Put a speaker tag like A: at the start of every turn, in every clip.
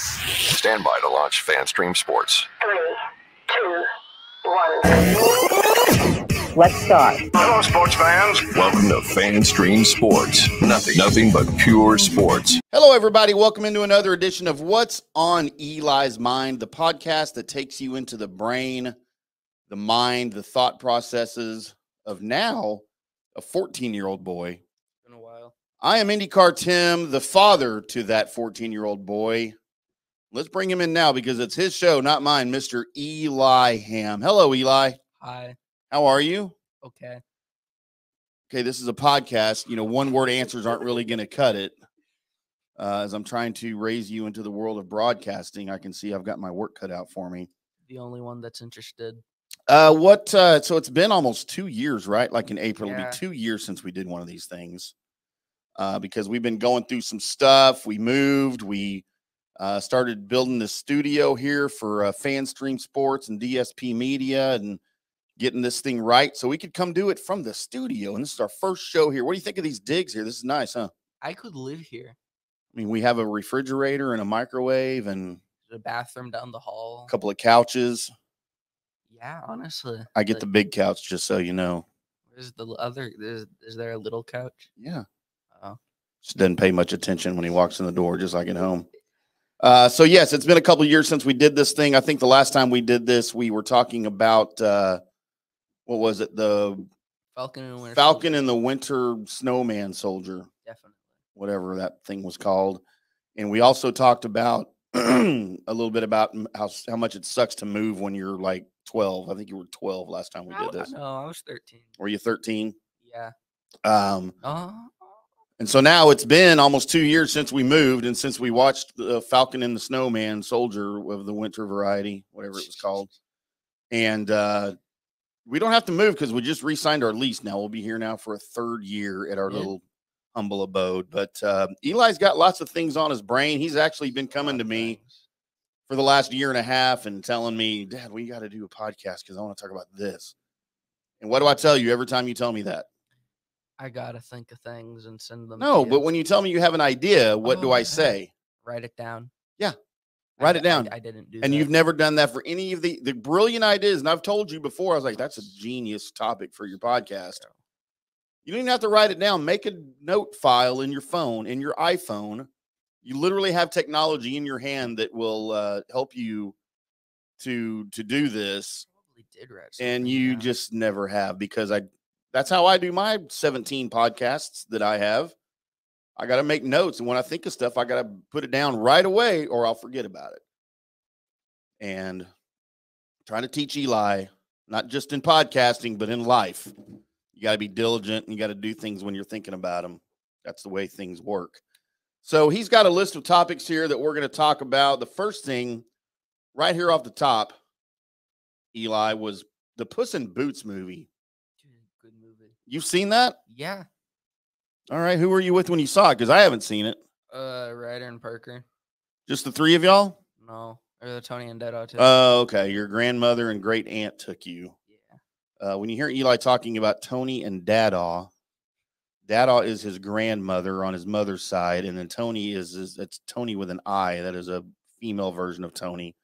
A: Stand by to launch FanStream Sports.
B: Three, two, one.
C: Let's start.
D: Hello, sports fans.
A: Welcome to FanStream Sports. Nothing, nothing but pure sports.
E: Hello, everybody. Welcome into another edition of What's on Eli's Mind, the podcast that takes you into the brain, the mind, the thought processes of now a 14 year old boy.
F: been a while.
E: I am IndyCar Tim, the father to that 14 year old boy. Let's bring him in now because it's his show, not mine, Mr. Eli Ham. Hello, Eli.
F: Hi.
E: How are you?
F: Okay.
E: okay, this is a podcast. You know, one word answers aren't really going to cut it. Uh, as I'm trying to raise you into the world of broadcasting, I can see I've got my work cut out for me.
F: The only one that's interested.
E: Uh, what? Uh, so it's been almost two years, right? Like in April,
F: Yeah.
E: it'll be two years since we did one of these things uh, because we've been going through some stuff. We moved. We uh, started building the studio here for uh, FanStream Sports and DSP Media and getting this thing right so we could come do it from the studio. And this is our first show here. What do you think of these digs here? This is nice, huh?
F: I could live here.
E: I mean, we have a refrigerator and a microwave and
F: The bathroom down the hall.
E: a couple of couches.
F: Yeah, honestly.
E: I get the big couch, just so you know.
F: There's the l- other. There's, is there a little couch?
E: Yeah.
F: Oh.
E: just doesn't pay much attention when he walks in the door, just like at home. Uh, so yes, it's been a couple years since we did this thing. I think the last time we did this, we were talking about uh, what was it? The
F: Falcon and Winter
E: Falcon
F: Soldier,
E: and the Winter Snowman Soldier,
F: Definitely.
E: whatever that thing was called. And we also talked about a little bit about m- how s- how much it sucks to move when you're like 12. I think you were 12 last time we did this.
F: No, I was 13.
E: Were you 13?
F: Yeah.
E: Um,
F: Oh,
E: And so now it's been almost two years since we moved and since we watched the uh, Falcon and the Snowman Soldier of the winter variety, whatever it was called. And uh, we don't have to move because we just re signed our lease now. We'll be here now for a third year at our
F: Yeah.
E: little humble abode. But uh, Eli's got lots of things on his brain. He's actually been coming to me for the last year and a half and telling me, Dad, we got to do a podcast because I want to talk about this. And what do I tell you every time you tell me that?
F: I gotta think of things and send them. to
E: No,
F: you.
E: but when you tell me you have an idea, what do
F: Oh,
E: I
F: yeah.
E: say?
F: write it down.
E: Yeah,
F: I
E: write
F: d-
E: it
F: I
E: down.
F: d- I, didn't do.
E: And
F: that.
E: you've never done that for any of the the brilliant ideas. And I've told you before, I was like, that's a genius topic for your podcast.
F: So,
E: You don't even have to write it down. Make a note file in your phone, in your iPhone. You literally have technology in your hand that will uh, help you to to do this,
F: Probably did write. something
E: and you
F: down.
E: just never have because I. That's how I do my 17 podcasts that I have. I got to make notes, and when I think of stuff, I got to put it down right away, or I'll forget about it. And trying to teach Eli, not just in podcasting, but in life, you got to be diligent and you got to do things when you're thinking about them. That's the way things work. So he's got a list of topics here that we're going to talk about. The first thing, right here off the top, Eli was the Puss in Boots movie.
F: Dude, good movie.
E: You've seen that?
F: Yeah.
E: All right. Who were you with when you saw it? Because I haven't seen it.
F: Uh, Ryder and Parker.
E: Just the three of y'all?
F: No, or the Tony and Dead Autism.
E: Oh, okay. Your grandmother and great aunt took you.
F: yeah.
E: Uh, when you hear Eli talking about Tony and Dadaw, Dadaw is his grandmother on his mother's side, and then Tony is, is it's Tony with an I. That is a female version of Tony,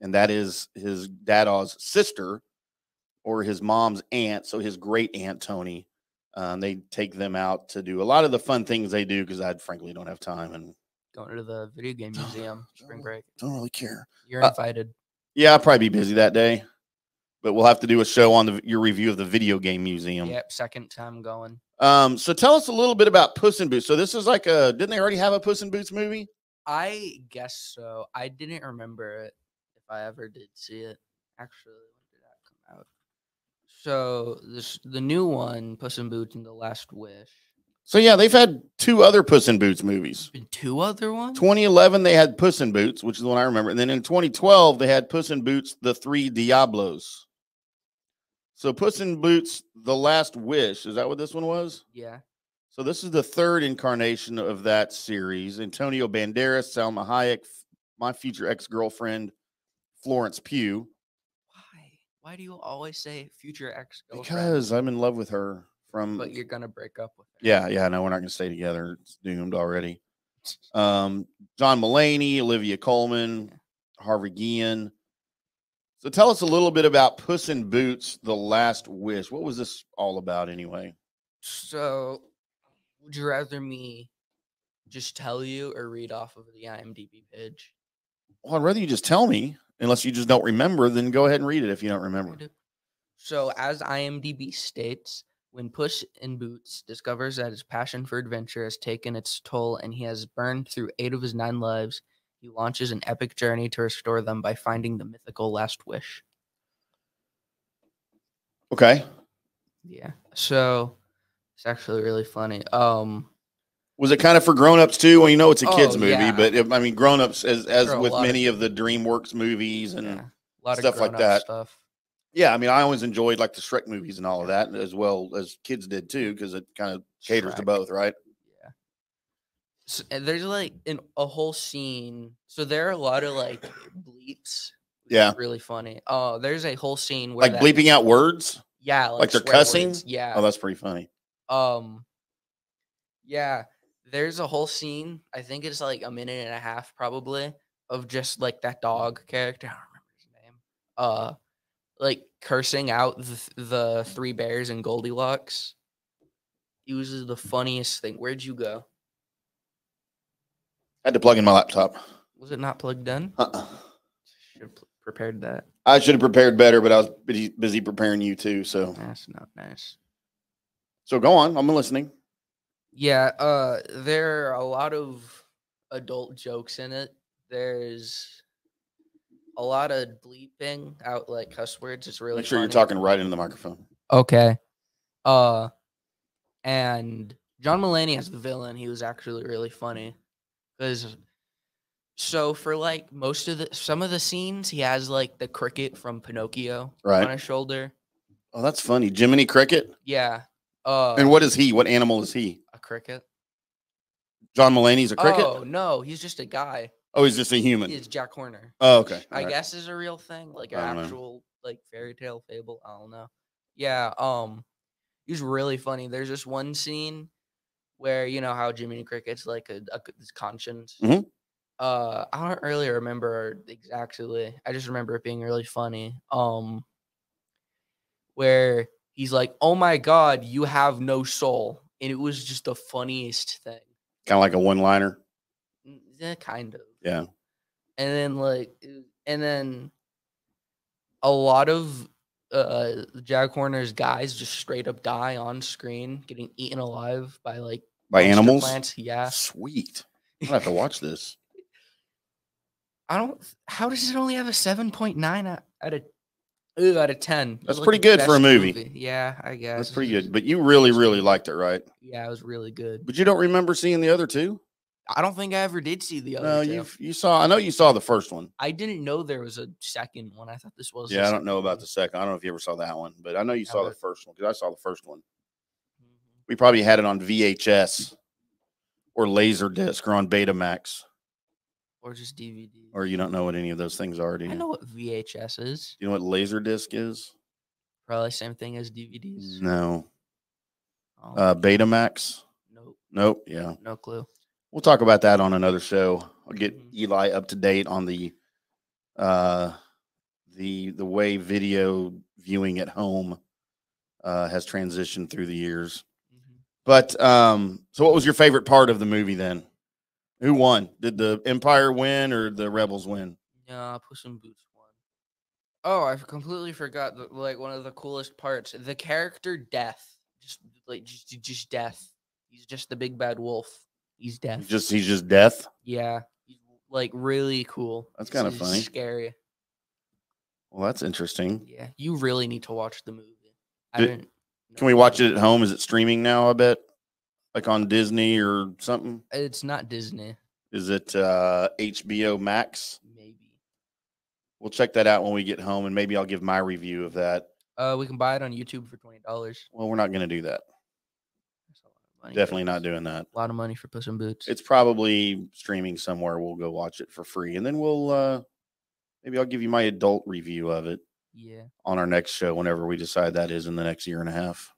E: and that is his Dadaw's sister or his mom's aunt, so his great aunt Tony. Um, they take them out to do a lot of the fun things they do because I frankly don't have time and
F: Going to the video game
E: Don't-
F: museum. Spring
E: don't-
F: break.
E: don't really care.
F: You're
E: Uh,
F: invited.
E: Yeah, I'll probably be busy that day, but we'll have to do a show on the, your review of the video game museum.
F: Yep, second time going.
E: Um, so tell us a little bit about Puss in Boots. So this is like a didn't they already have a Puss in Boots movie?
F: I guess so. I didn't remember it if I ever did see it. Actually, when did that come out? So this the new one, Puss in Boots and the Last Wish.
E: So yeah, they've had two other Puss in Boots movies.
F: Been two other ones.
E: 2011 they had Puss in Boots, which is the one I remember, and then in 2012 they had Puss in Boots: The Three Diablos. So Puss in Boots: The Last Wish is that what this one was?
F: Yeah,
E: So this is the third incarnation of that series. Antonio Banderas, Salma Hayek, f- my future ex-girlfriend, Florence Pugh.
F: why? Why do you always say future ex?
E: Because I'm in love with her from
F: but you're gonna break up with her.
E: Yeah, yeah, no, we're not going to stay together. It's doomed already. Um, John Mulaney, Olivia Coleman, Harvey Guillen. So tell us a little bit about Puss in Boots: The Last Wish. What was this all about anyway?
F: So, would you rather me just tell you or read off of the IMDb page?
E: Well, I'd rather you just tell me, unless you just don't remember, then go ahead and read it if you don't remember.
F: So, as IMDb states, when Puss in Boots discovers that his passion for adventure has taken its toll and he has burned through eight of his nine lives, he launches an epic journey to restore them by finding the mythical last wish.
E: Okay.
F: Yeah. So, it's actually really funny. Um,
E: Was it kind of for grown-ups too? Well, you know it's a kids
F: Oh,
E: movie,
F: yeah.
E: but if, I mean grown-ups as as
F: There are a
E: with
F: lot of-
E: many of, the DreamWorks movies and
F: yeah,
E: yeah.
F: a lot
E: stuff
F: of
E: like
F: grown-up
E: that.
F: Stuff.
E: I mean I always enjoyed like the Shrek movies and all of that as well as kids did too because it kind of caters to
F: Shrek.
E: both, right?
F: Yeah. So, and eh, there's like an, a whole scene. So there are a lot of like bleeps. which is
E: Yeah.
F: Really funny. Oh, there's a whole scene where
E: Like
F: that-
E: bleeping out words.
F: Yeah.
E: like they're
F: swear
E: cussing?
F: words, Yeah.
E: Oh, that's pretty funny.
F: Um, yeah, there's a whole scene. I think it's like a minute and a half, probably, of just like that dog character. I don't remember his name. Uh, like cursing out the, th- the three bears and Goldilocks. It was the funniest thing. Where'd you go?
E: I had to plug in my laptop.
F: Was it not plugged in?
E: Uh-uh.
F: Should have prepared that.
E: I should have prepared better, but I was busy, busy preparing you too. So
F: That's not nice.
E: so go on. I'm listening.
F: Yeah, uh there are a lot of adult jokes in it. There's a lot of bleeping out like cuss words. It's really
E: Make sure you're
F: funny.
E: talking right into the microphone.
F: Okay. Uh and John Mulaney as the villain, he was actually really funny. Cause so for like most of the some of the scenes he has like the cricket from Pinocchio on
E: Right.
F: his shoulder.
E: Oh, that's funny. Jiminy Cricket.
F: Yeah. Uh
E: And what is he? What animal is he?
F: a cricket.
E: John Mulaney's a cricket.
F: Oh no, he's just a guy.
E: Oh, he's just a human.
F: He is Jack Horner.
E: oh, okay.
F: I
E: Alright.
F: guess is a real thing, like an
E: I don't know.
F: actual like fairy tale fable. I don't know. Yeah, um, he was really funny. There's this one scene where you know how Jiminy Cricket's like a, a c- his conscience.
E: Mhm.
F: Uh, I don't really remember exactly. I just remember it being really funny. Um, where he's like, "Oh my God, you have no soul," and it was just the funniest thing.
E: Kind of like a one-liner.
F: N- Mm, Yeah, kind of.
E: Yeah.
F: And then like it- and then a lot of uh Jack Horner's guys just straight up die on screen, getting eaten alive by like
E: By
F: monster
E: animals.
F: Plants. Yeah.
E: Sweet. I'm gonna have to watch this.
F: I don't how does it only have a 7.9 out- out of ooh, out of 10?
E: That's pretty good for a movie.
F: Yeah, I guess.
E: That's
F: it's
E: pretty
F: just-
E: good. But you really, really liked it, right?
F: yeah, it was really good.
E: But you don't remember seeing the other two?
F: I don't think I ever did see the other
E: No,
F: two.
E: you you saw. I know you saw the first one.
F: I didn't know there was a second one. I thought this was the
E: Yeah, I don't
F: second
E: know
F: one.
E: about the second. I don't know if you ever saw that one, but I know you
F: I
E: saw the
F: would-
E: first one because I saw the first one.
F: Mhm.
E: We probably had it on VHS or Laserdisc or on Betamax,
F: or just DVD.
E: or you don't know what any of those things are, do you?
F: I know what VHS is.
E: You know what Laserdisc is?
F: Probably same thing as DVDs.
E: No.
F: Oh,
E: Uh, Betamax?
F: no,
E: Nope. Yeah.
F: no clue.
E: We'll talk about that on another show. I'll get
F: Mhm.
E: Eli up to date on the uh the the way video viewing at home uh has transitioned through the years.
F: mm-hmm,
E: But um so what was your favorite part of the movie then? Who won? Did the Empire win or the Rebels win?
F: Yeah, Puss in Boots one. Oh, I completely forgot. The, like one of the coolest parts, the character Death. Just like just, just Death. He's just the big bad wolf. He's Death.
E: Just he's just death.
F: yeah. He's like really cool.
E: That's
F: He's-
E: kinda
F: he's
E: funny.
F: Scary.
E: Well, that's interesting.
F: Yeah, you really need to watch the movie. I
E: Did-
F: didn't.
E: Can we watch it at home? Is it streaming now? I bet, like on Disney or something.
F: It's not Disney.
E: Is it uh, HBO Max?
F: Maybe.
E: We'll check that out when we get home, and maybe I'll give my review of that.
F: Uh, we can buy it on YouTube for twenty dollars.
E: Well, we're not going to do that.
F: That's a lot of money.
E: Definitely not doing that.
F: A lot of money for Puss in Boots.
E: It's probably streaming somewhere. We'll go watch it for free, and then we'll uh, maybe I'll give you my adult review of it
F: yeah.
E: on our next show whenever we decide that is in the next year and a half.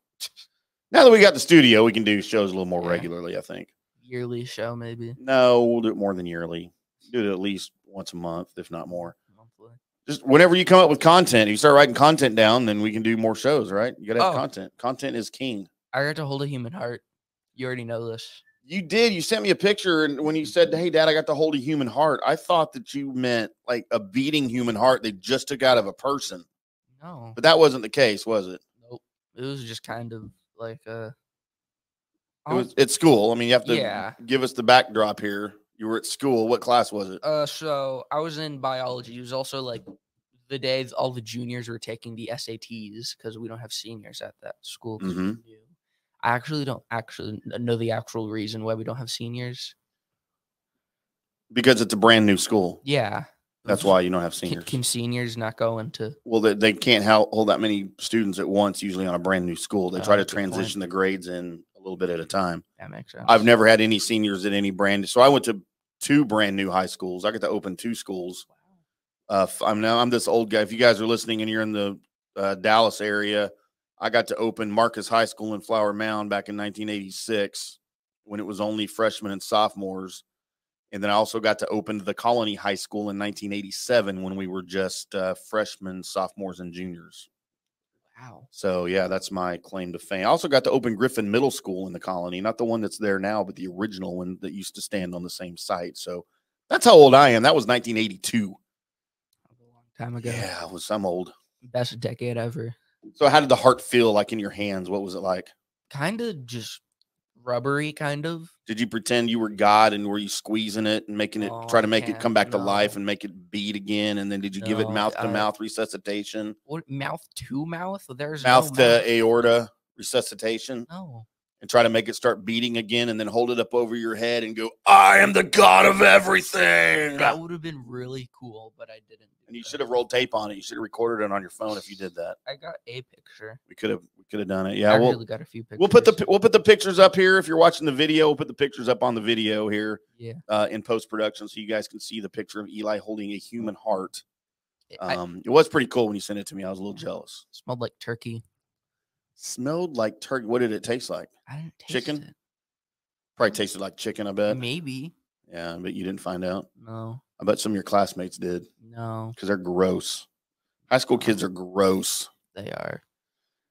E: Now that we got the studio, we can do shows a little more
F: Yeah.
E: regularly. I think.
F: Yearly show maybe.
E: No, we'll do it more than yearly. Do it at least once a month, if not more.
F: monthly.
E: Just whenever you come up with content, you start writing content down, then we can do more shows, right? You gotta have
F: Oh.
E: content. Content is king.
F: I got to hold a human heart. You already know this.
E: You did. You sent me a picture, and when you said, "Hey, Dad, I got to hold a human heart," I thought that you meant like a beating human heart they just took out of a person,
F: No,
E: but that wasn't the case, was it?
F: it was just kind of like a.
E: It was at school. I mean, you have to
F: Oh. Yeah.
E: give us the backdrop here. You were at school. What class was it?
F: Uh, so I was in biology. It was also like the day th- all the juniors were taking the SATs because we don't have seniors at that school. 'cause we're
E: Mhm.
F: new. I actually don't actually kn- know the actual reason why we don't have seniors.
E: Because it's a brand new school.
F: Yeah,
E: That's
F: Oops.
E: why you don't have
F: Can,
E: seniors.
F: can seniors not go into?
E: well, they, they can't hou- hold that many students at once. Usually on a brand new school, they try
F: Oh,
E: to
F: good point.
E: transition the grades in a little bit at a time.
F: That makes sense.
E: I've never had any seniors at any brand. So I went to two brand new high schools. I got to open two schools. Uh, f- I'm now I'm this old guy. If you guys are listening and you're in the uh, Dallas area, I got to open Marcus High School in Flower Mound back in 1986 when it was only freshmen and sophomores. And then I also got to open the Colony High School in 1987 when we were just uh, freshmen, sophomores, and juniors.
F: Wow.
E: So yeah, that's my claim to fame. I also got to open Griffin Middle School in the colony, not the one that's there now, but the original one that used to stand on the same site. So that's how old I am. That was
F: Oh
E: 1982.
F: That was a long time ago.
E: Yeah, I was I'm old.
F: Best decade ever.
E: So how did the heart feel like in your hands? What was it like?
F: Kind of just rubbery, kind of.
E: Did you pretend you were God and were you squeezing it and making it
F: No,
E: try
F: I
E: to make it
F: can't.
E: come back to life
F: Oh, No.
E: and make it beat again? And then did you give it
F: No,
E: mouth to
F: I-
E: mouth resuscitation,
F: What mouth to mouth? There's no
E: mouth to aorta resuscitation?
F: No.
E: and try to make it start beating again and then hold it up over your head and go, I am the God of everything.
F: That would have been really cool, but I didn't. do
E: And you
F: that.
E: should have rolled tape on it. You should have recorded it on your phone if you did that.
F: I got a picture.
E: We could have we could have done it. Yeah,
F: I
E: we'll
F: really got a few pictures.
E: we'll put the pi- we'll put the pictures up here. If you're watching the video, we'll put the pictures up on the video here
F: yeah.
E: uh, in post production so you guys can see the picture of Eli holding a human heart.
F: I- I
E: Um, it was pretty cool when you sent it to me. I was a little jealous.
F: smelled like turkey.
E: Smelled like turkey. What did it taste like?
F: I didn't taste
E: Chicken? Uh, Probably tasted like chicken. I
F: it.
E: bet.
F: Maybe.
E: Yeah, but you didn't find out.
F: No.
E: I bet some of your classmates did.
F: No.
E: because they're gross. High school kids are gross,
F: They are.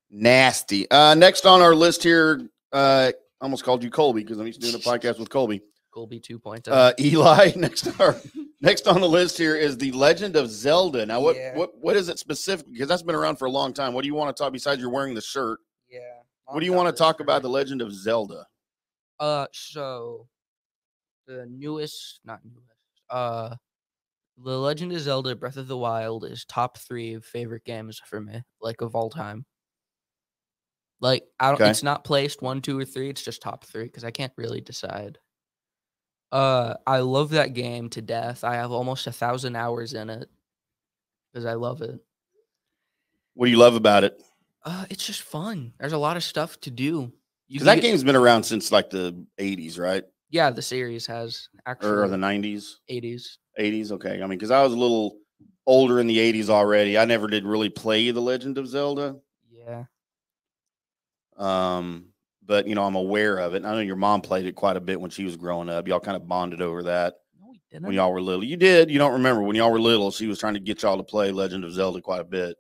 E: nasty. Uh, next on our list here, uh, almost called you Colby because I'm used to doing a podcast with Colby.
F: Colby oh. 2.0.
E: Uh, Eli, next on our, next on the list here is the Legend of Zelda. Now, what
F: Yeah.
E: what what is it specifically? Because that's been around for a long time. What do you want to talk besides you're wearing the shirt?
F: yeah.
E: What do you want to talk about the Legend of Zelda?
F: Uh, so the newest, not newest, uh, The Legend of Zelda Breath of the Wild is top three of favorite games for me, like of all time. Like, I don't,
E: Okay.
F: it's not placed one, two, or three. It's just top three because I can't really decide. Uh, I love that game to death. I have almost a thousand hours in it because I love it.
E: What do you love about it?
F: Uh, it's just fun. There's a lot of stuff to do. You
E: Because
F: can
E: that
F: get-
E: game's been around since like the 80s, right,
F: yeah, the series has actually
E: or, or the 90s.
F: 80s.
E: 80s okay i mean because i was a little older in the 80s already i never did really play the legend of zelda
F: Yeah.
E: um but you know i'm aware of it and i know your mom played it quite a bit when she was growing up y'all kind of bonded over that
F: No, we didn't.
E: when y'all were little you did you don't remember when y'all were little she was trying to get y'all to play legend of zelda quite a bit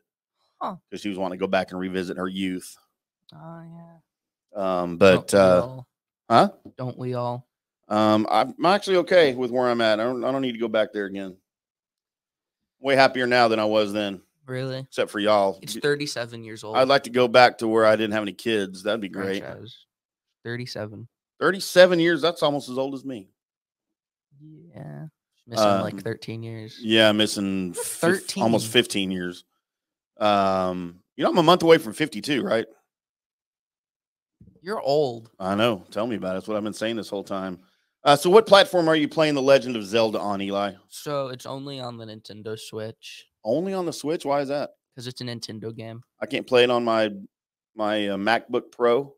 F: Huh.
E: because she was wanting to go back and revisit her youth
F: Oh yeah.
E: um
F: Oh,
E: but uh huh
F: don't we all?
E: um i'm I'm actually okay with where i'm at i don't, I don't need to go back there again way happier now than i was then
F: Really?
E: except for y'all
F: It's
E: G-
F: 37 years old.
E: I'd like to go back to where I didn't have any kids. That'd be great.
F: franchise. 37.
E: 37 years, that's almost as old as me.
F: Yeah. Missing
E: Um,
F: like 13 years.
E: Yeah, missing fif- almost
F: 13.
E: 15 years. Um, you know, I'm a month away from 52, right?
F: You're old.
E: I know. Tell me about it. That's what I've been saying this whole time. Uh, so what platform are you playing The Legend of Zelda on, Eli?
F: So it's only on the Nintendo Switch
E: Only on the Switch? Why is that?
F: because it's a Nintendo game.
E: I can't play it on my my uh, MacBook Pro.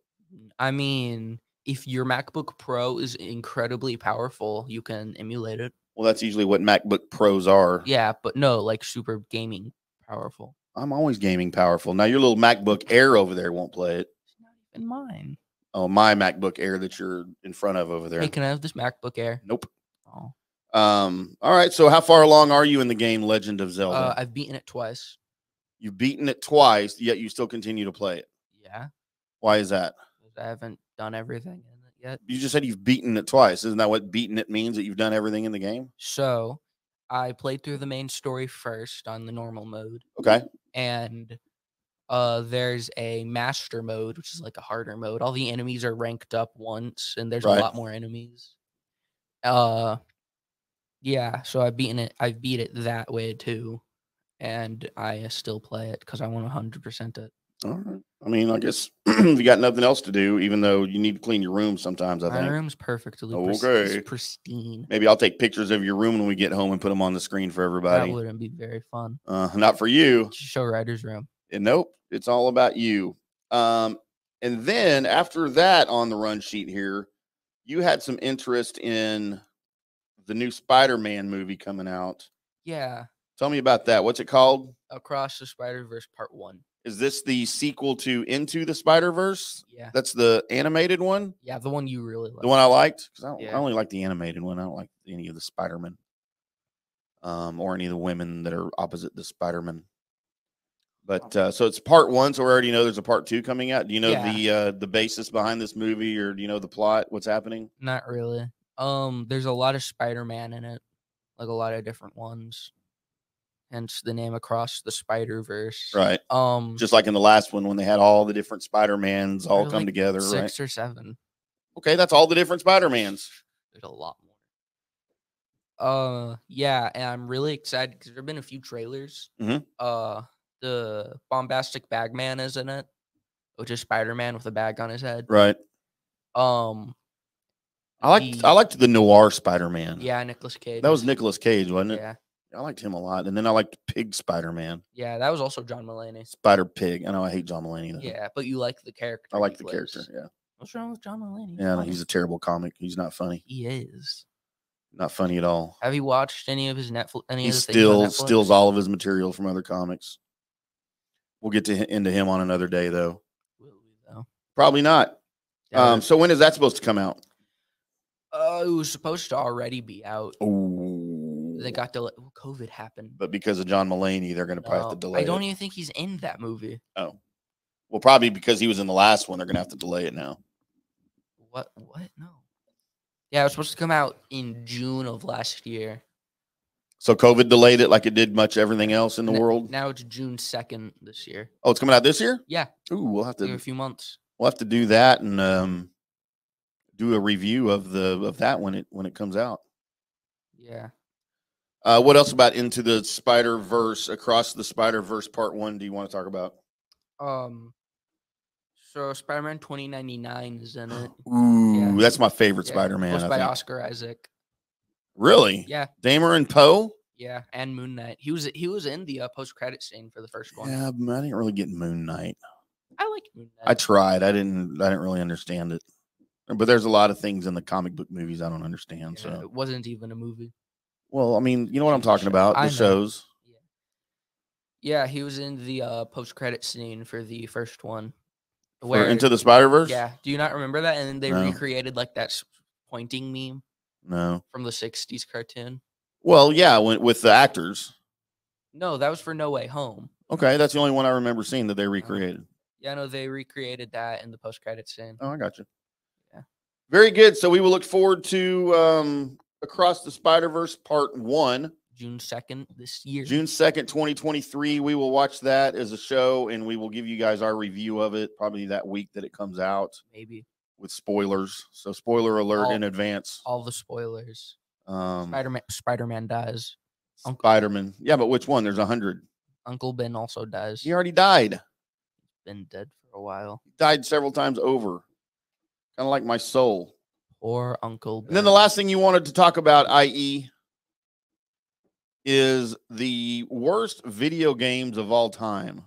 F: I mean, if your MacBook Pro is incredibly powerful, you can emulate it.
E: Well, that's usually what MacBook Pros are.
F: Yeah, but no, like super gaming powerful.
E: I'm always gaming powerful. Now your little MacBook Air over there won't play it.
F: It's not even mine.
E: Oh, my MacBook Air that you're in front of over there.
F: Hey, can I have this MacBook Air?
E: Nope.
F: Oh,
E: Um, all right. So, how far along are you in the game Legend of Zelda?
F: Uh, I've beaten it twice.
E: You've beaten it twice, yet you still continue to play it.
F: Yeah,
E: Why is that?
F: 'cause I haven't done everything in it yet.
E: You just said you've beaten it twice. Isn't that what beaten it means? That you've done everything in the game?
F: So I played through the main story first on the normal mode,
E: Okay.
F: and uh, there's a master mode, which is like a harder mode. All the enemies are ranked up once, and there's
E: Right.
F: a lot more enemies. Uh, yeah. So I've beaten it. I've beat it that way too, and I uh, still play it because I want 100 percent it.
E: All right. I mean, I guess if you got nothing else to do, even though you need to clean your room sometimes, I
F: My
E: think.
F: room's perfectly pris- it's
E: Okay.
F: pristine.
E: Maybe I'll take pictures of your room when we get home and put them on the screen for
F: That
E: everybody.
F: wouldn't be very fun.
E: Uh, not for you.
F: Just show Ryder's room.
E: And nope, it's all about you. Um, and then after that on the run sheet here, you had some interest in the new Spider-Man movie coming out.
F: Yeah,
E: Tell me about that. What's it called?
F: across the Spider Verse Part One.
E: Is this the sequel to Into the Spider-Verse?
F: Yeah.
E: That's the animated one,
F: Yeah, the one you really like.
E: the one I liked. Because I, don't- I
F: Yeah.
E: only like the animated one. I don't like any of the Spider-Man, um, or any of the women that are opposite the Spider-Man. But uh, so it's part one. So we already know there's a part two coming out. Do you know
F: Yeah.
E: the uh, the basis behind this movie, or do you know the plot? What's happening?
F: Not really. Um, there's a lot of Spider Man in it, like a lot of different ones. Hence the name across the Spider Verse.
E: Right.
F: Um,
E: Just like in the last one, when they had all the different Spider-Mans all
F: There's
E: come
F: like
E: together. Right.
F: six or seven.
E: Okay, that's all the different Spider-Mans.
F: There's a lot more. Uh, yeah, and I'm really excited because there've been a few trailers.
E: Mhm.
F: Uh, the bombastic Bagman is in it, which is Spider Man with a bag on his head.
E: Right.
F: Um,
E: I liked
F: The-
E: I liked the noir Spider-Man.
F: yeah, Nicholas Cage.
E: That was
F: is-
E: Nicolas Cage, wasn't it?
F: Yeah,
E: I liked him a lot, and then I liked Pig Spider Man,
F: yeah, that was also John Mulaney.
E: Spider Pig. I know I hate John Mulaney. Though.
F: Yeah, but you like the character.
E: I
F: he
E: like the character.
F: plays.
E: Yeah,
F: What's wrong with John Mulaney?
E: yeah, no,
F: Honest-
E: he's a terrible comic. He's not funny.
F: he is.
E: Not funny at all.
F: Have you watched any of his Netflix? Any
E: He
F: of the things on
E: still
F: Netflix?
E: steals all of his material from other comics. We'll get to hi- into him on another day, though.
F: Will we, though?
E: Probably not.
F: Yeah,
E: Um, so when is that supposed to come out?
F: uh, it was supposed to already be out.
E: Oh,
F: They got delayed. Well, COVID happened.
E: but because of John Mulaney, they're going to probably have
F: No,
E: to delay.
F: I don't e
E: it.
F: even think he's in that movie.
E: Oh, well, probably because he was in the last one, they're going to have to delay it now.
F: What? What? No. Yeah, it was supposed to come out in June of last year.
E: So COVID delayed it, like it did much everything else in the
F: N-
E: world.
F: Now it's June second this year.
E: Oh, it's coming out this year.
F: Yeah,
E: Ooh, we'll have
F: we have
E: to
F: a few months.
E: we'll have to do that and um, do a review of the of that when it when it comes out.
F: Yeah.
E: Uh, what else about into the Spider Verse across the Spider Verse Part One? Do you want to talk about?
F: Um. So Spider-Man 2099 is in it.
E: Ooh, that's my favorite
F: Yeah,
E: Spider Oh, Man.
F: Voiced by Oscar Isaac.
E: Really,
F: Yeah,
E: Damer and Poe.
F: yeah, and Moon Knight. He was he was in the uh, post credit scene for the first one.
E: Yeah, but I didn't really get Moon Knight.
F: I like Moon Knight.
E: I tried. I didn't. I didn't really understand it. But there's a lot of things in the comic book movies I don't understand.
F: Yeah,
E: So,
F: It wasn't even a movie.
E: well, I mean, you know what I'm talking
F: Sure,
E: about.
F: I
E: The
F: know.
E: shows.
F: Yeah, he was in the uh, post credit scene for the first one.
E: Where into the Spider Verse?
F: yeah? Do you not remember that? And then they
E: No.
F: recreated like that s- pointing meme
E: No.
F: from the '60s cartoon.
E: Well, yeah, when, with the actors.
F: No, that was for No Way Home.
E: Okay, that's the only one I remember seeing
F: Oh.
E: that they recreated.
F: Yeah, no, they recreated that in the post credit scene.
E: Oh, I got you.
F: Yeah.
E: Very good. So we will look forward to um, Across the Spider Verse Part One,
F: June second this year.
E: June second, twenty twenty three. We will watch that as a show, and we will give you guys our review of it probably that week that it comes out
F: maybe
E: with spoilers. So spoiler alert
F: All-
E: in advance.
F: all the spoilers.
E: Um,
F: Spider-Man Spider-Man dies. Uncle-
E: Spider-Man. Yeah, but which one? There's a hundred.
F: Uncle Ben also dies.
E: He already died.
F: Been dead for a while.
E: Died several times over. Kind of like my soul.
F: Or Uncle Ben.
E: And then the last thing you wanted to talk about, i.e., is the worst video games of all time.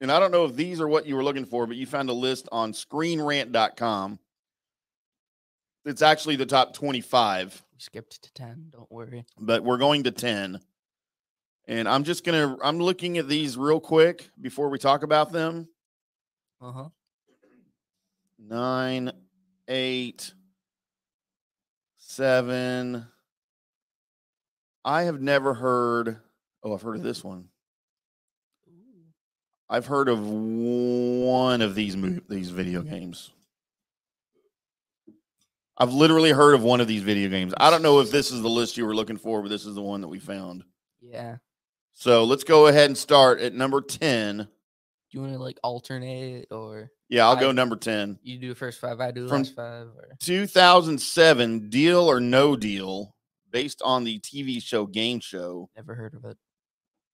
E: And I don't know if these are what you were looking for, but you found a list on screenrant.com. It's actually the top 25,
F: we skipped to ten. Don't worry.
E: but we're going to 10. And I'm just going to, I'm looking at these real quick before we talk about them.
F: Uh huh.
E: nine, eight, seven, I have never heard. Oh, I've heard of this one. I've heard of one of these mo- these video games. I've literally heard of one of these video games. I don't know if this is the list you were looking for, but this is the one that we found.
F: Yeah.
E: So let's go ahead and start at number 10.
F: Do you want to like alternate or
E: Yeah, I'll go
F: I-
E: number 10.
F: you do the first five, I do the
E: From-
F: last five? Or
E: 2007 Deal or No Deal, based on the TV show Game Show.
F: never heard of it.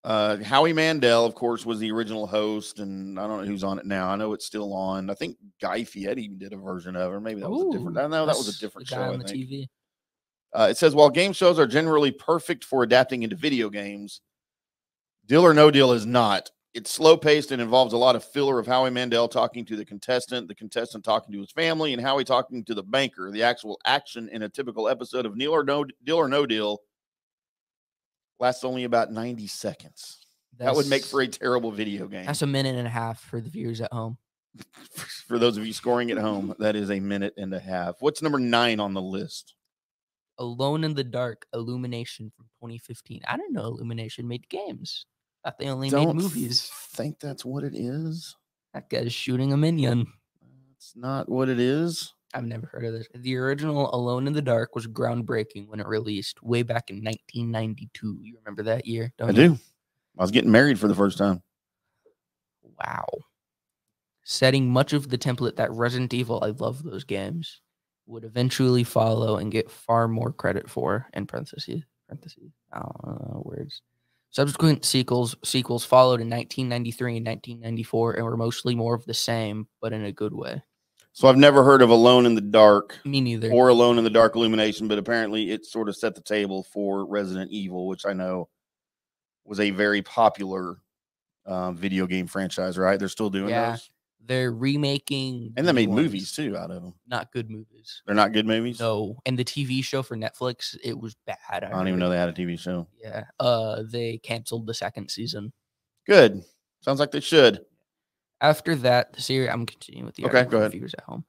E: Uh, Howie Mandel, of course, was the original host, and I don't know who's on it now. I know it's still on. I think Guy Fieri did a version of it. or Maybe that was a different.
F: Ooh,
E: I know that was
F: that's
E: a different
F: the guy
E: show.
F: on
E: I
F: the
E: think.
F: TV.
E: Uh, it says while game shows are generally perfect for adapting into video games, Deal or No Deal is not. It's slow paced and involves a lot of filler of Howie Mandel talking to the contestant, the contestant talking to his family, and Howie talking to the banker. The actual action in a typical episode of Neil or No Deal or No Deal lasts only about ninety seconds. that would make
F: That's-
E: for a terrible video game.
F: That's a minute and a half for the viewers at home.
E: for those of you scoring at home, that is a minute and a half. What's number nine on the list?
F: Alone in the Dark, Illumination from 2015. I didn't know Illumination made games. Thought they only made movies.
E: Think that's what it is.
F: That guy's shooting a minion.
E: That's not what it is.
F: I've never heard of this. The original Alone in the Dark was groundbreaking when it released way back in 1992. You remember that year?
E: I
F: don't you?
E: do. I was getting married for the first time.
F: Wow. Setting much of the template that Resident Evil, I love those games, would eventually follow and get far more credit for. In parentheses, parentheses, I don't know words. Subsequent sequels sequels followed in 1993 and 1994 and were mostly more of the same, but in a good way.
E: So I've never heard of Alone in the Dark
F: Me neither.
E: or Alone in the Dark Illumination, but apparently it sort of set the table for Resident Evil, which I know was a very popular um, video game franchise, right? They're still doing
F: Yeah.
E: those.
F: They're remaking
E: And they
F: new
E: made
F: ones.
E: movies too out of them.
F: not good movies.
E: They're not good movies.
F: No, and the TV show for Netflix, it was bad. I,
E: I don't even know
F: heard.
E: they had a TV show.
F: Yeah, uh, they canceled the second season.
E: Good. Sounds like they should.
F: After that, the series. I'm continuing with the
E: Okay,
F: article
E: go
F: for
E: ahead.
F: Viewers at home.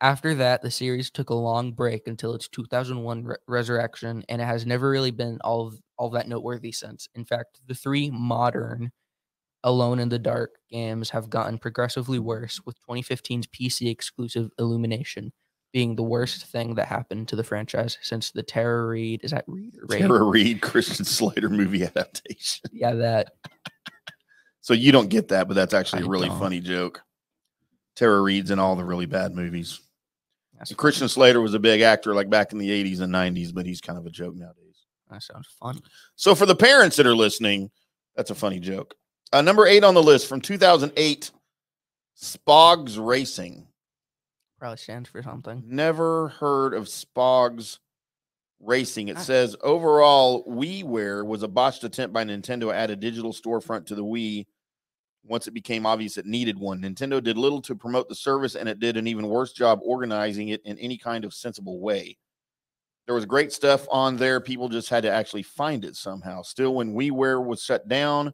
F: After that, the series took a long break until its 2001 re- resurrection, and it has never really been all of- all that noteworthy since. In fact, the three modern Alone in the Dark games have gotten progressively worse, with 2015's PC exclusive Illumination being the worst thing that happened to the franchise since the Terror Read. Is that Read or Raid?
E: Tara Reed, Christian Slater movie adaptation.
F: Yeah, that
E: So you don't get that, but that's actually a
F: I
E: really
F: don't.
E: funny joke. Tara Reed's in all the really bad movies.
F: that's
E: And Christian Slater was a big actor like back in the 80s and 90s, but he's kind of a joke nowadays.
F: That sounds funny.
E: So for the parents that are listening, that's a funny joke. Uh, number eight on the list from 2008, Spog's Racing.
F: Probably stands for something.
E: Never heard of Spog's Racing. It
F: Ah.
E: says overall, WiiWare was a botched attempt by Nintendo to add a digital storefront to the Wii. Once it became obvious it needed one, Nintendo did little to promote the service and it did an even worse job organizing it in any kind of sensible way. There was great stuff on there. People just had to actually find it somehow. Still, when WiiWare was shut down,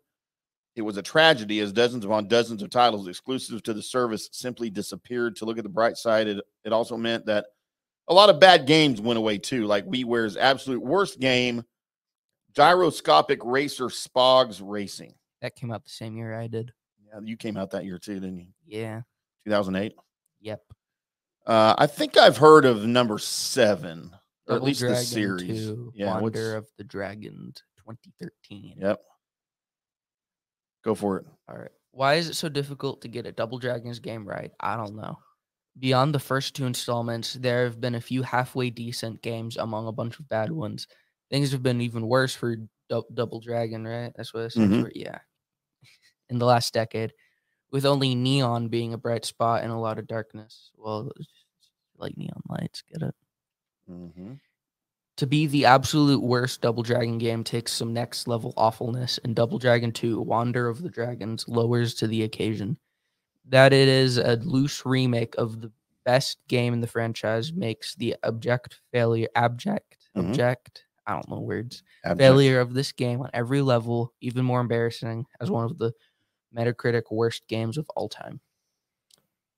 E: it was a tragedy as dozens upon dozens of titles exclusive to the service simply disappeared. To look at the bright side, it, it also meant that a lot of bad games went away too. Like WiiWare's absolute worst game, Gyroscopic Racer Spogs Racing.
F: That came out the same year I did.
E: Yeah, you came out that year too, didn't you?
F: Yeah.
E: 2008.
F: Yep.
E: Uh, I think I've heard of number seven, or at
F: Double
E: least the
F: Dragon
E: series.
F: 2,
E: Yeah, what's-
F: Wonder of the Dragons 2013.
E: Yep. Go for it.
F: All right. Why is it so difficult to get a Double Dragons game right? I don't know. Beyond the first two installments, there have been a few halfway decent games among a bunch of bad ones. Things have been even worse for Dou- Double Dragon, right? That's what it stands
E: Mhm.
F: for. Yeah. In the last decade, with only neon being a bright spot and a lot of darkness. Well, like neon lights, get it?
E: Mhm.
F: to be the absolute worst Double Dragon game takes some next level awfulness, and Double Dragon 2 Wander of the Dragons lowers to the occasion. That it is a loose remake of the best game in the franchise makes the abject failure, abject,
E: Mhm.
F: object, I don't know words,
E: Abject.
F: failure of this game on every level even more embarrassing as one of the Metacritic worst games of all time.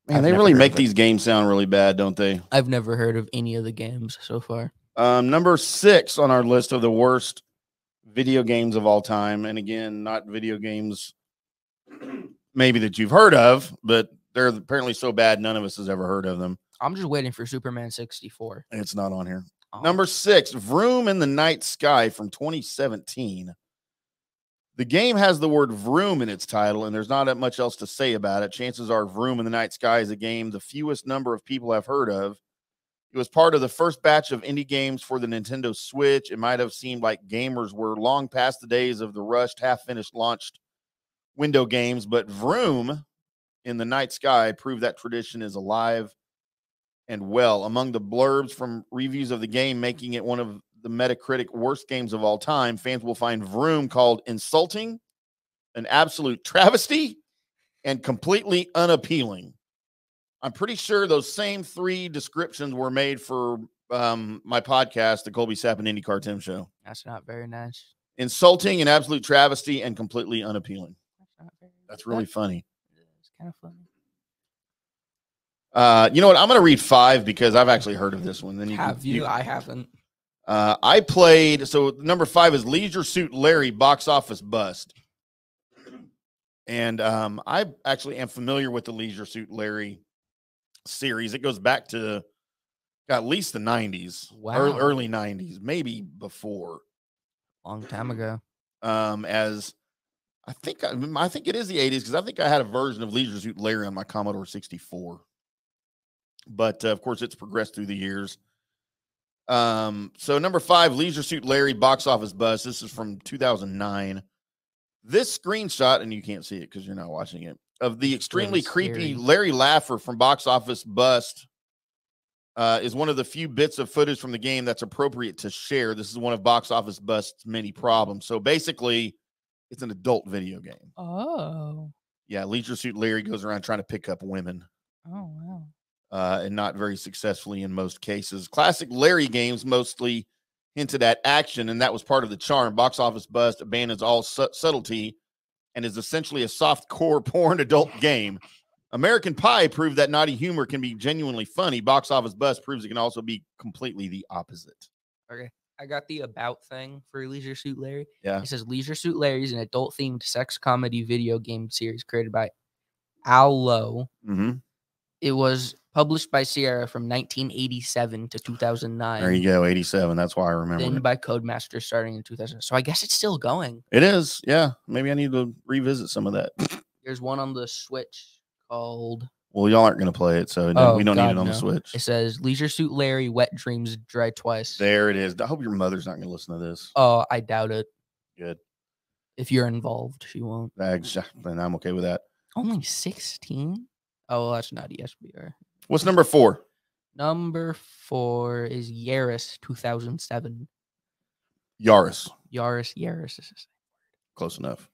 E: Man,
F: I've
E: they
F: never
E: really
F: heard
E: make
F: of it.
E: these games sound really bad, don't they?
F: I've never heard of any of the games so far.
E: Um, number six on our list of the worst video games of all time. And again, not video games maybe that you've heard of, but they're apparently so bad none of us has ever heard of them.
F: I'm just waiting for Superman 64.
E: And It's not on here.
F: Oh,
E: Number six, Vroom in the Night Sky from 2017. The game has the word Vroom in its title, and there's not that much else to say about it. Chances are Vroom in the Night Sky is a game the fewest number of people have heard of. It was part of the first batch of indie games for the Nintendo Switch. It might have seemed like gamers were long past the days of the rushed, half finished, launched window games, but Vroom in the Night Sky proved that tradition is alive and well. Among the blurbs from reviews of the game, making it one of the Metacritic worst games of all time, fans will find Vroom called insulting, an absolute travesty, and completely unappealing. I'm pretty sure those same three descriptions were made for um, my podcast, the Colby Sapp and IndyCar Tim Show.
F: That's not very nice.
E: Insulting, an absolute travesty, and completely unappealing.
F: That's, not very
E: That's really funny.
F: It's kind of funny.
E: Uh, you know what? I'm going to read five because I've actually heard of this one. Then you can-
F: Have you? I haven't.
E: Uh, I played. So number five is Leisure Suit Larry box office bust, and um, I actually am familiar with the Leisure Suit Larry series. It goes back to at least the '90s, ear-
F: Wow.
E: early '90s, maybe before.
F: Long time ago.
E: Um, as I think, I, I think it is the '80s because I think I had a version of Leisure Suit Larry on my Commodore 64. But uh, of course, it's progressed through the years. Um, so number five, Leisure Suit Larry box office buzz. This is from 2009. This screenshot, and you can't see it because you're not watching it, of the extremely creepy
F: scary.
E: Larry Laffer from Box Office Bust uh, is one of the few bits of footage from the game that's appropriate to share. This is one of Box Office Bust's many problems. So basically, it's an adult video game.
F: Oh.
E: Yeah, Leisure Suit Larry goes around trying to pick up women
F: Oh wow.
E: uh, and not very successfully in most cases. Classic Larry games mostly hinted at action, and that was part of the charm. Box office bust abandons all su- subtlety and is essentially a soft core porn adult game. American Pie proved that naughty humor can be genuinely funny. Box office bust proves it can also be completely the opposite.
F: I got the about thing for Leisure Suit Larry.
E: Yeah.
F: It says Leisure Suit Larry is an adult themed sex comedy video game series created by Al Lowe.
E: Mm-hmm.
F: It was published by Sierra from 1987 to 2009.
E: There you go, 87. That's why I remember.
F: Then
E: It.
F: by Codemaster starting in 2000. So I guess it's still going.
E: it is. Yeah. Maybe I need to revisit some of that.
F: There's one on the Switch called
E: Well, y'all aren't going to play it, so it don't-
F: Oh,
E: we don't need
F: God,
E: it on the
F: no.
E: Switch.
F: It says Leisure Suit Larry Wet Dreams Dry Twice.
E: There it is. I hope your mother's not going to listen to this.
F: Oh, I doubt it.
E: Good.
F: If you're involved, she won't.
E: Ex- And I'm okay with that.
F: Only 16? Oh, well, that's not ESBR.
E: What's number four?
F: Number four is Yaris 2007.
E: Yaris.
F: Yaris, Yaris. this is-
E: Close enough.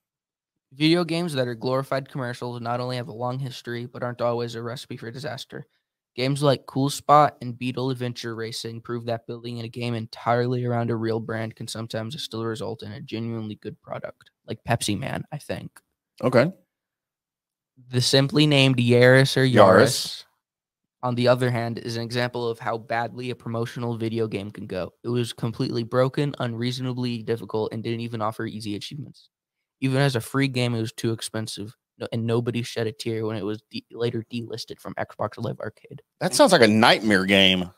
F: Video games that are glorified commercials not only have a long history, but aren't always a recipe for disaster. Games like Cool Spot and Beetle Adventure Racing prove that building a game entirely around a real brand can sometimes still result in a genuinely good product, like Pepsi Man, I think.
E: Okay.
F: The simply named Yaris or Yaris,
E: Yaris.
F: on the other hand, is an example of how badly a promotional video game can go. It was completely broken, unreasonably difficult, and didn't even offer easy achievements. Even as a free game, it was too expensive, no- and nobody shed a tear when it was de- later delisted from Xbox Live Arcade.
E: That sounds like a nightmare game.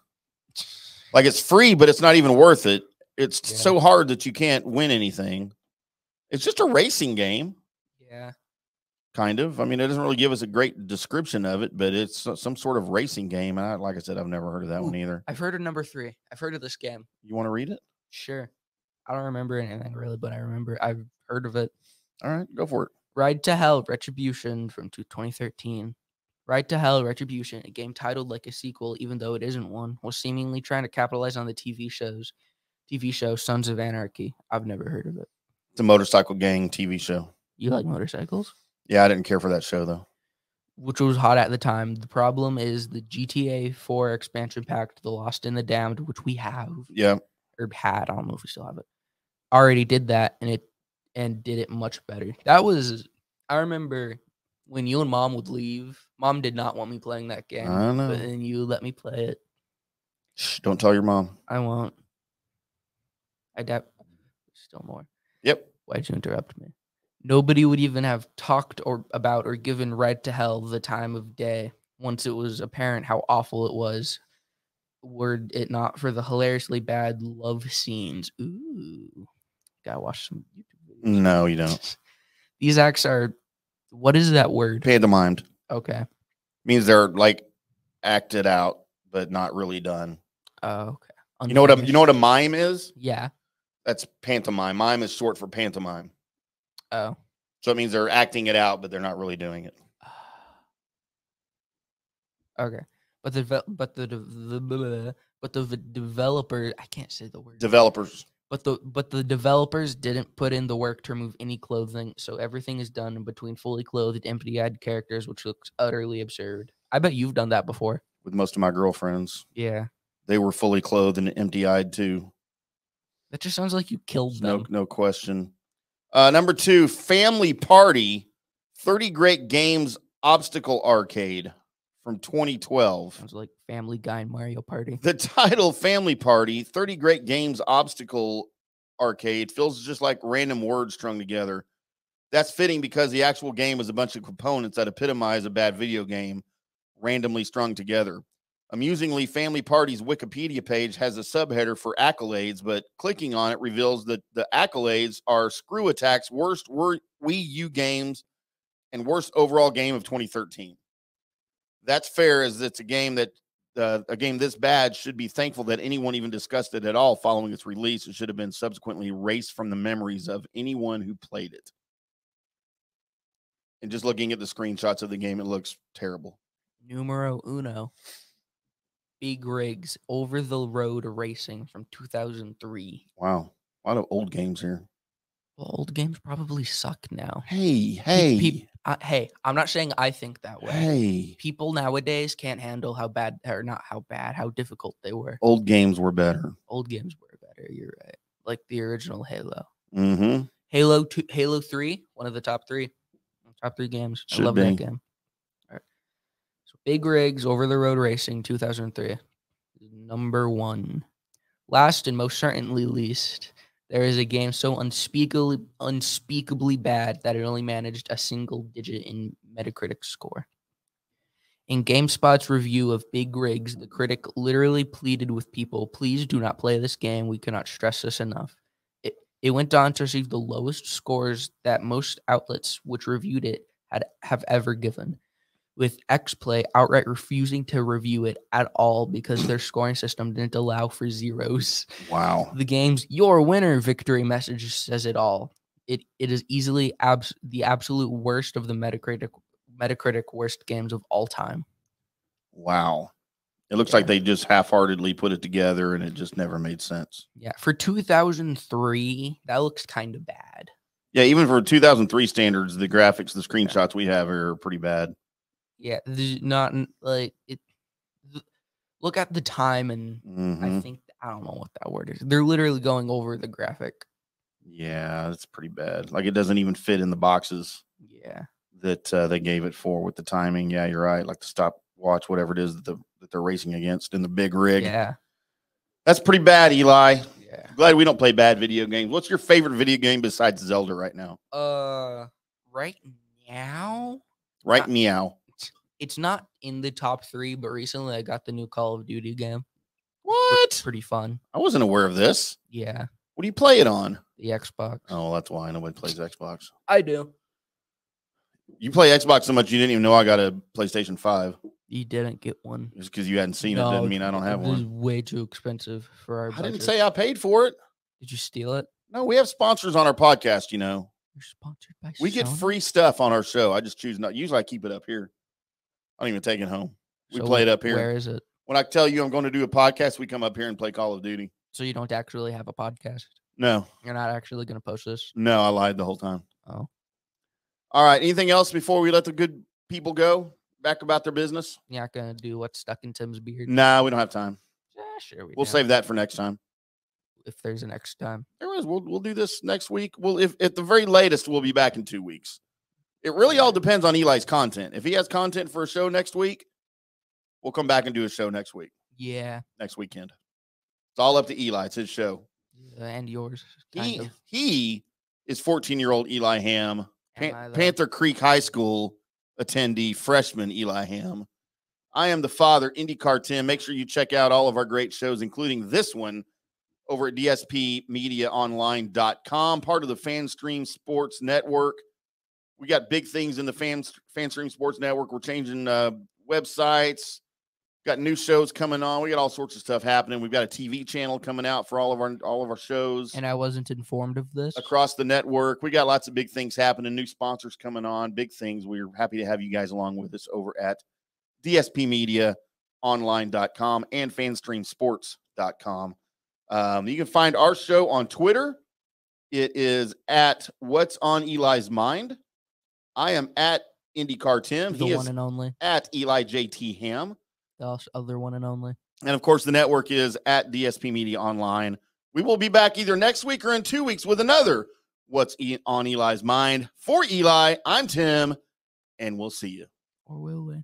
E: Like it's free, but it's not even worth it. It's
F: Yeah.
E: so hard that you can't win anything. It's just a racing game,
F: Yeah.
E: kind of. I mean, it doesn't really give us a great description of it, but it's so- some sort of racing game. And I, like I said, I've never heard of that one
F: Ooh.
E: either.
F: I've heard of number three. I've heard of this game.
E: You want to read it?
F: Sure. I don't remember anything really, but I remember I've heard of it.
E: All right, go for it.
F: Ride to Hell Retribution from two- 2013. Ride to Hell Retribution, a game titled like a sequel even though it isn't one, was seemingly trying to capitalize on the TV shows TV show Sons of Anarchy. I've never heard of it.
E: It's a motorcycle gang TV show.
F: You like motorcycles?
E: Yeah, I didn't care for that show though.
F: Which was hot at the time. The problem is the GTA 4 expansion pack, The Lost and the Damned, which we have
E: Yeah,
F: or had, I don't know if we still have it, already did that and it and did it much better. That was I remember when you and mom would leave. Mom did not want me playing that game.
E: I know.
F: But then you let me play it.
E: Shh, don't tell your mom.
F: I won't. I doubt still more.
E: Yep.
F: Why'd you interrupt me? Nobody would even have talked or about or given right to hell the time of day once it was apparent how awful it was. Were it not for the hilariously bad love scenes. Ooh. Gotta watch some YouTube videos.
E: No, you don't.
F: These acts are what is that word?
E: Pantomimed
F: Okay.
E: means they're like acted out, but not really done.
F: Oh, okay.
E: You know what a you know what a
F: Unfinished.
E: mime is?
F: Yeah.
E: That's pantomime. Mime is short for pantomime.
F: Oh.
E: So it means they're acting it out, but they're not really doing it.
F: Okay, but the devel- but the, dev- the blah, blah, blah, but the v- developer I can't say the word
E: Developers.
F: but the but the developers didn't put in the work to remove any clothing, so everything is done in between fully clothed, empty-eyed characters, which looks utterly absurd. I bet you've done that before.
E: With most of my girlfriends,
F: Yeah,
E: they were fully clothed and empty eyed too.
F: that just sounds like you killed them.
E: No, no question. Uh, number two, Family Party, 30 Great Games Obstacle Arcade from 2012.
F: Sounds like Family Guy and Mario Party.
E: The title Family Party 30 Great Games Obstacle Arcade feels just like random words strung together. That's fitting because the actual game is a bunch of components that epitomize a bad video game randomly strung together. Amusingly, Family Party's Wikipedia page has a subheader for accolades, but clicking on it reveals that the accolades are Screw Attack's worst wor- Wii U games and worst overall game of 2013. That's fair, as it's a game that uh, a game this bad should be thankful that anyone even discussed it at all following its release. It should have been subsequently erased from the memories of anyone who played it. And just looking at the screenshots of the game, it looks terrible.
F: Numero uno. Big rigs over the road racing from 2003.
E: Wow. A lot of old games here.
F: Well, old games probably suck now.
E: Hey,
F: Pe-
E: hey,
F: peop- I, hey, I'm not saying I think that way.
E: hey.
F: People nowadays can't handle how bad, or not how bad, how difficult they were.
E: Old games were better.
F: Old games were better. You're right. Like the original Halo,
E: Mm-hmm.
F: Halo Two, Halo Three, one of the top three, top three games.
E: Should
F: I love
E: be.
F: that game. All right. So Big Rigs Over the Road Racing 2003, number one. Last and most certainly least, there is a game so unspeakably unspeakably bad that it only managed a single digit in Metacritic score. In GameSpot's review of Big Rigs, the critic literally pleaded with people, please do not play this game. We cannot stress this enough. It, it went on to receive the lowest scores that most outlets which reviewed it had have ever given, with XPlay outright refusing to review it at all because their scoring system didn't allow for zeros.
E: Wow.
F: The game's "Your Winner" victory message says it all. It it is easily abs- the absolute worst of the Metacritic Metacritic worst games of all time.
E: Wow. It looks
F: Yeah.
E: like they just half heartedly put it together and it just never made sense.
F: Yeah, for 2003, that looks kind of bad.
E: Yeah, even for 2003 standards, the graphics, the screenshots we have here are pretty bad.
F: Yeah, there's not n- like it. th- Look at the time, and
E: Mhm.
F: I think I don't know what that word is. They're literally going over the graphic.
E: Yeah, that's pretty bad. Like it doesn't even fit in the boxes
F: Yeah,
E: that uh, they gave it for with the timing. Yeah, you're right. Like the stopwatch, whatever it is that, the, that they're racing against in the big rig.
F: yeah,
E: That's pretty bad, Eli.
F: yeah.
E: Glad we don't play bad video games. What's your favorite video game besides Zelda right now?
F: Uh, right now,
E: Right,
F: Uh,
E: meow.
F: it's not in the top three, but recently I got the new Call of Duty game.
E: What?
F: Pretty fun.
E: I wasn't aware of this.
F: Yeah,
E: What do you play it on?
F: the Xbox.
E: Oh, that's why nobody plays Xbox.
F: I do.
E: You play Xbox so much you didn't even know I got a PlayStation 5.
F: You didn't get one.
E: Just because you hadn't seen it doesn't mean I don't have
F: this is
E: one.
F: way too expensive for our.
E: I didn't
F: budget.
E: say I paid for it.
F: Did you steal it?
E: No, we have sponsors on our podcast, you know.
F: You're sponsored by.
E: We get
F: Sony?
E: free stuff on our show. I just choose not. Usually I keep it up here. I don't even take it home. We
F: So
E: play it
F: wh-
E: up here.
F: Where is it?
E: When I tell you I'm going to do a podcast, we come up here and play Call of Duty.
F: So you don't actually have a podcast.
E: No,
F: You're not actually going to post this.
E: no, I lied the whole time.
F: Oh.
E: All right. Anything else before we let the good people go back about their business?
F: You're not going to do what's stuck in Tim's beard.
E: No, we don't have time.
F: Yeah, sure. We
E: We'll
F: can,
E: save that for next time.
F: if there's an next time.
E: There is. We'll we'll do this next week. We'll if at the very latest we'll be back in two weeks. It really all depends on Eli's content. If he has content for a show next week, we'll come back and do a show next week,
F: Yeah,
E: next weekend. It's all up to Eli. It's his show.
F: yeah, and yours. uh, Kind
E: He
F: of.
E: he is 14 year old Eli Ham,
F: Am
E: Pan-
F: I, though?
E: Panther Creek High School attendee, freshman Eli Ham. I am the father, IndyCar 10. Make sure you check out all of our great shows, including this one over at DSPMediaOnline.com, part of the FanStream Sports Network. We got big things in the fans, FanStream Sports Network. We're changing uh, websites. Got new shows coming on. We got all sorts of stuff happening. We've got a TV channel coming out for all of our all of our shows
F: And I wasn't informed of this.
E: across the network. We got lots of big things happening, new sponsors coming on, big things. We're happy to have you guys along with us over at dspmediaonline.com and fanstreamsports.com. Um, you can find our show on Twitter. It is at What's on Eli's Mind. I am at IndyCar Tim.
F: The
E: He
F: one
E: is
F: and only.
E: at Eli JT Ham.
F: The os- other one and only.
E: And of course, the network is at DSP Media Online. We will be back either next week or in two weeks with another What's E- on Eli's Mind. For Eli, I'm Tim, and we'll see you.
F: Or will we?